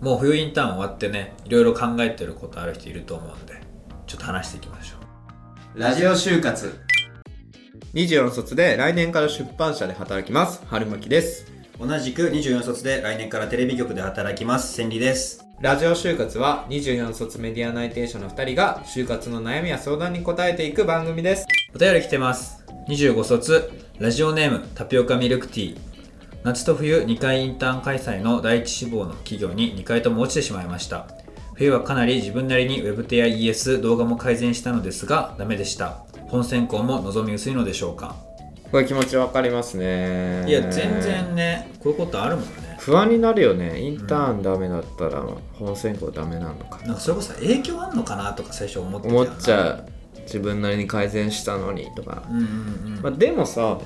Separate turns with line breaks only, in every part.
もう冬インターン終わってねいろいろ考えてることある人いると思うんでちょっと話していきましょう
ラジオ就活
24卒で来年から出版社で働きます春巻です
同じく24卒で来年からテレビ局で働きます千里です
ラジオ就活は24卒メディア内定者の2人が就活の悩みや相談に答えていく番組です
お便り来てます25卒ラジオネームタピオカミルクティー夏と冬2回インターン開催の第一志望の企業に2回とも落ちてしまいました冬はかなり自分なりにウェブ手や ES 動画も改善したのですがダメでした本選考も望み薄いのでしょうか
これ気持ちわかりますね
いや全然ねこういうことあるもんね
不安になるよねインターンダメだったら本選考ダメなのか
なんかそれこそ影響あんのかなとか最初思ってた
思っち
う
ゃう自分なりに改善したのにとか
うんうんうん、
まあ、でもさ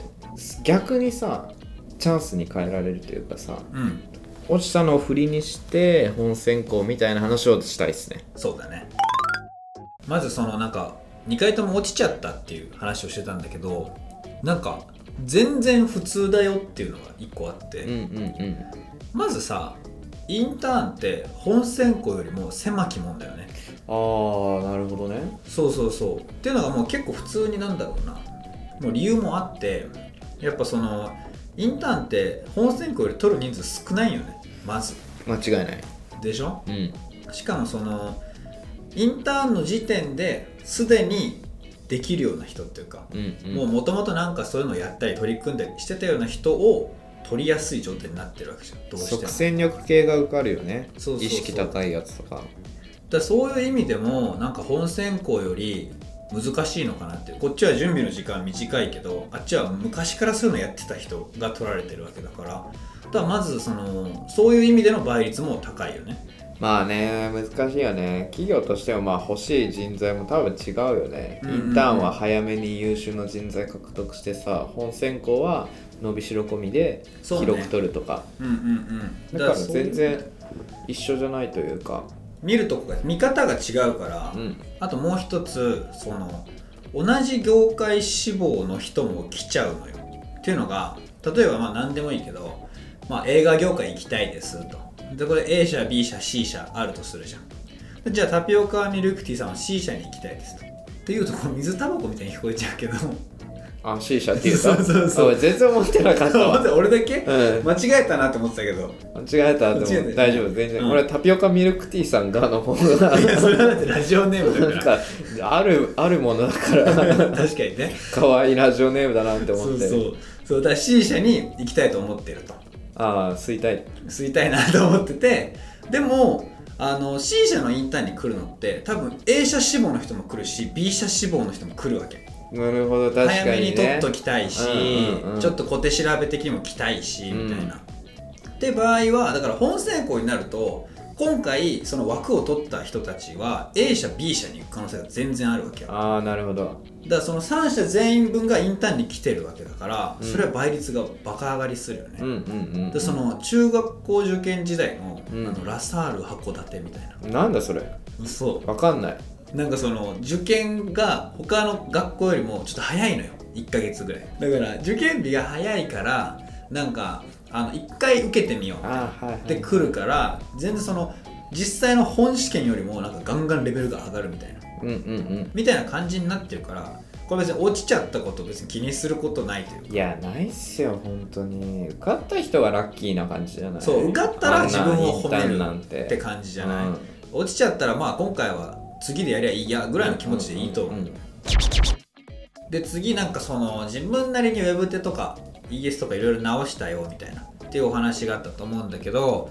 逆にさチャンスに変えられるというかさ
うん
落ちたのを振りにして本選考みたいな話をしたいですね
そうだねまずそのなんか2回とも落ちちゃったっていう話をしてたんだけどなんか全然普通だよっていうのが1個あって、
うんうん
まずさインターンって本選考よりも狭きもんだよね
うんああなるほどね
そうそうそうっていうのがもう結構普通になんだろうなもう理由もあってやっぱそのインターンって本選考より取る人数少ないよねまず
間違いない
でしょ
うん
しかもそのインターンの時点ですでにできるような人っていうか、
うんうん
もうもともとなんかそういうのをやったり取り組んだりしてたような人を取りやすい状態になってるわけじゃんどうして
即
も
戦力系が受かるよね
そうそうそう
意識高いやつとか
だからそういう意味でもなんか本選考より難しいのかなってこっちは準備の時間短いけどあっちは昔からそういうのやってた人が取られてるわけだからだからまずそのそういう意味での倍率も高いよね
まあね難しいよね企業としてもまあ欲しい人材も多分違うよね、
うんうんうん
インターンは早めに優秀な人材獲得してさ本選考は伸びしろ込みで
そうね
記録取るとか、
うんうんうん
だから
そういう
全然一緒じゃないというか
見るとこが見方が違うから、
うん
あともう一つその同じ業界志望の人も来ちゃうのよっていうのが例えばまあ何でもいいけど、まあ、映画業界行きたいですとでこれ A 社 B 社 C 社あるとするじゃんでじゃあタピオカミルクティーさんは C 社に行きたいですとっていうとこう水タバコみたいに聞こえちゃうけど
あ C 社っていうか
そうそうそう
あ全然思ってなかっ た
待っ
わ
て俺だけ
うん
間違えたなって思ってたけど
間違えたでも
間違えた
大丈夫全然、
うん
俺タピオカミルクティーさんがの方が
いや それはだってラジオネームだ
なん
か
かあるあるものだからら
確かにね
可愛いラジオネームだなって思
そ
っ
う
て
そうそうだから C 社に行きたいと思ってると
ああ吸いたい
吸いたいなと思っててでもあの C 社のインターンに来るのって多分 A 社志望の人も来るし B 社志望の人も来るわけ、
なるほど確か
早め
に
に取
ね
っときたいし、
うんうんうん
ちょっと小手調べ的にも来たいし、
うん
みたいな。って場合はだから本選考になると今回その枠を取った人たちは A 社 B 社に行く可能性が全然あるわけよだか
ああなるほど
らその3社全員分がインターンに来てるわけだから
うん
それは倍率がバカ上がりするよね、
うんうんう
で
ん
その中学校受験時代の,、
うん
あのラサール函館みたいな
なんだそれ
そ
わかんないう
なんかその受験が他の学校よりもちょっと早いのよ1ヶ月ぐらいだから受験日が早いからなんかあの1回受けてみよう
ああはい、はい、
って来るから全然その実際の本試験よりもなんかガンガンレベルが上がるみたいな
うんうん
みたいな感じになってるからこれ別に落ちちゃったこと別に気にすることないという
うんいやないっすよ本当に受かった人がラッキーな感じじゃない
そう受かったら自分を褒める
あんなインターンなんて
って感じじゃない、
うん
落ちちゃったらまあ今回は次でやりゃいいやぐらいの気持ちでいいと思う,、
うんうんうん
で次なんかその自分なりにウェブ手とか ES とかいろいろ直したよみたいなっていうお話があったと思うんだけど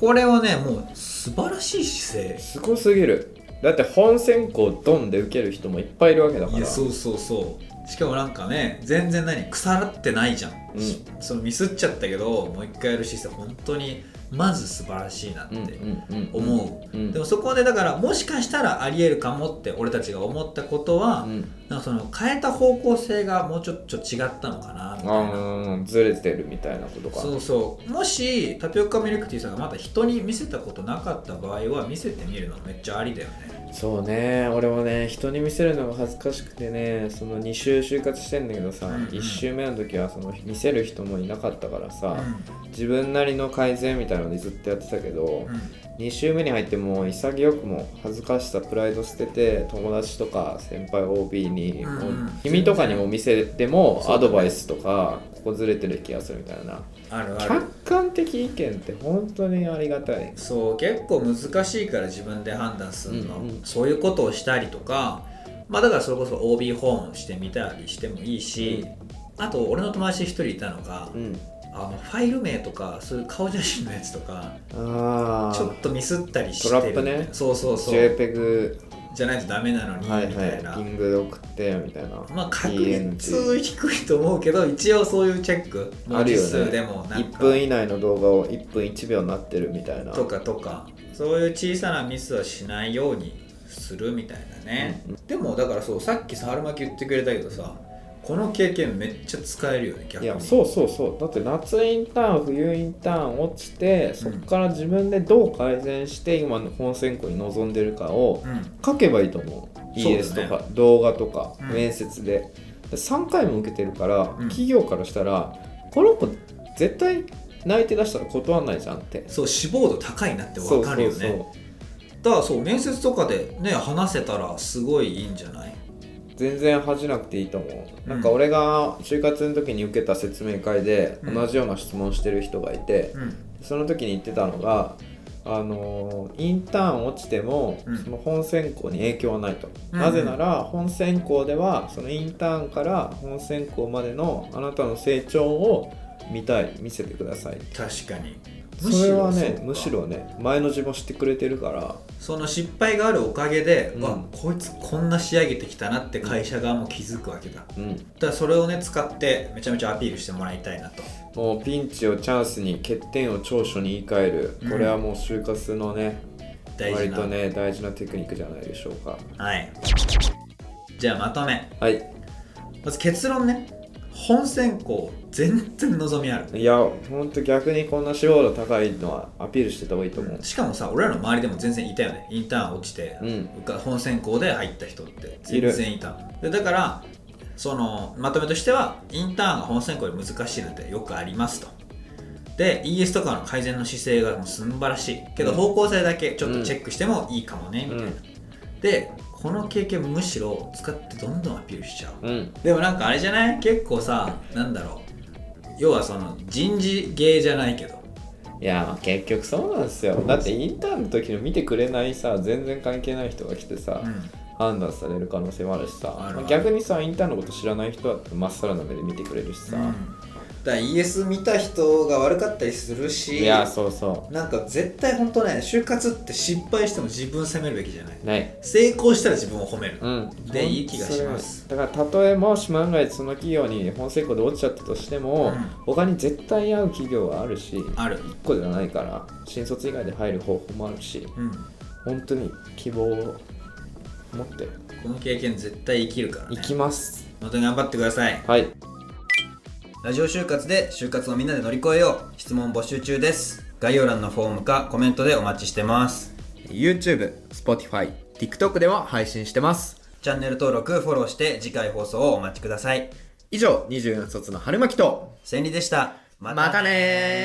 これはねもう素晴らしい姿勢
すごすぎるだって本選考ドンで受ける人もいっぱいいるわけだから
いやそうそうそうしかもなんかね全然何腐ってないじゃん、
うん
しそのミスっちゃったけどもう一回やる姿勢本当にまず素晴らしいなって
うんうんうん
思う、
うん
でもそこでだからもしかしたらありえるかもって俺たちが思ったことは、
うん
なんかその変えた方向性がもうちょっと違ったのかなみたい
あ
な
ーずれてるみたいなことか
そうそうもしタピオカミルクティーさんがまだ人に見せたことなかった場合は見せてみるのめっちゃありだよね
そうね俺もね人に見せるのが恥ずかしくてねその2週就活してんだけどさ、
うんうん
1週目の時はその見せる人もいなかったから
う
さ、
ん
自分なりの改善みたいたいのでずっとやってたけど、
うん
2週目に入ってもう潔くも恥ずかしさプライド捨てて友達とか先輩 OB に、
うんうん
もう君とかにも見せても
そうだ
ア
ね
ドバイスとか、ここずれてる気がするみたいな
あるある
客観的意見って本当にありがたい
そう結構難しいから自分で判断するの、
うんうん
そういうことをしたりとかまあだからそれこそ OB 訪問してみたりしてもいいし、あと俺の友達一人いたのが、
うん
あのファイル名とかそういう顔写真のやつとか
あ
ちょっとミスったりして
トラップね
そうそうそう
JPEG
じゃないとダメなのに、
はい
みたい
は
ない
ピングで送ってみたいな
まあ確率低いと思うけど一応そういうチェック
ある
文
よ
字数で
ね
もなん
1
か
分以内の動画を1分1秒になってるみたいな
とかとかそういう小さなミスはしないようにするみたいなね、でもだからそうさっきさ春巻き言ってくれたけどさこの経験めっちゃ使えるよね逆
い
に
やそうそうそうだって夏インターン冬インターン落ちてそこから自分でどう改善して今の本選考に臨んでるかを
うん
書けばいいと思う
そうだね
ES とか動画とか
うん
面接で3回も受けてるから
うん
企業からしたらこの子絶対内定出したら断んないじゃんって
そう志望度高いなって分かるよね
そうそうそう
だからそう面接とかでね話せたらすごいいいんじゃない
全然恥じなくていいと思う、
ん
なんか俺が就活の時に受けた説明会で
うん
同じような質問してる人がいて、
うん
その時に言ってたのがあのーインターン落ちても、
うん
その本選考に影響はないと、
うん
なぜなら本選考ではそのインターンから本選考までのあなたの成長を見たい見せてください
確かに
それは
そう
ね
か
むしろね前の自分を知ってくれてるから
その失敗があるおかげで、
うん
わこいつこんな仕上げてきたなって会社側も気づくわけだだか
うん
らそれをね使ってめちゃめちゃアピールしてもらいたいなと
もうピンチをチャンスに欠点を長所に言い換える、
うん
これはもう就活のね
大事
割
な
とね大事なテクニックじゃないでしょうか
はいじゃあまとめ
はい
まず結論ね本選考全然望みある
いやほんと逆にこんな志望度高いのはアピールしてた方がいいと思う、
しかもさ俺らの周りでも全然いたよねインターン落ちて、
うん
受か本選考で入った人って
い
全
る
然いたでだからそのまとめとしてはインターンが本選考より難しいのってよくありますとで ES とかの改善の姿勢がもう素晴らしいけど
うん
方向性だけちょっとチェックしてもいいかもね、みたいなでこの経験むしろ使ってどんどんアピールしちゃう
うん
でもなんかあれじゃない結構さなんだろう要はその人事芸じゃないけど
いやまあ結局そうなんですよだってインターンの時の見てくれないさ全然関係ない人が来てさ、
うん
判断される可能性もあるしさ
あるある
逆にさインターンのこと知らない人だってまっさらな目で見てくれるしさ、
だから ES 見た人が悪かったりするし
いやそうそ
なんか絶対本当ね就活って失敗しても自分責めるべきじゃないう
ない
成功したら自分を褒める、
うん、
でいい気がします
だからたとえもし万が一その企業に本成功で落ちちゃったとしても、
うん
他に絶対合う企業はあるし
ある
1個じゃないから新卒以外で入る方法もあるし
うん
本当に希望を持って
この経験絶対生きるから
い
ね
きます
本当に頑張ってください
はい
ラジオ就活で就活をみんなで乗り越えよう質問募集中です概要欄のフォームかコメントでお待ちしてます
YouTube、Spotify、TikTok では配信してます
チャンネル登録フォローして次回放送をお待ちください
以上24卒の春巻きと
千里でした
またね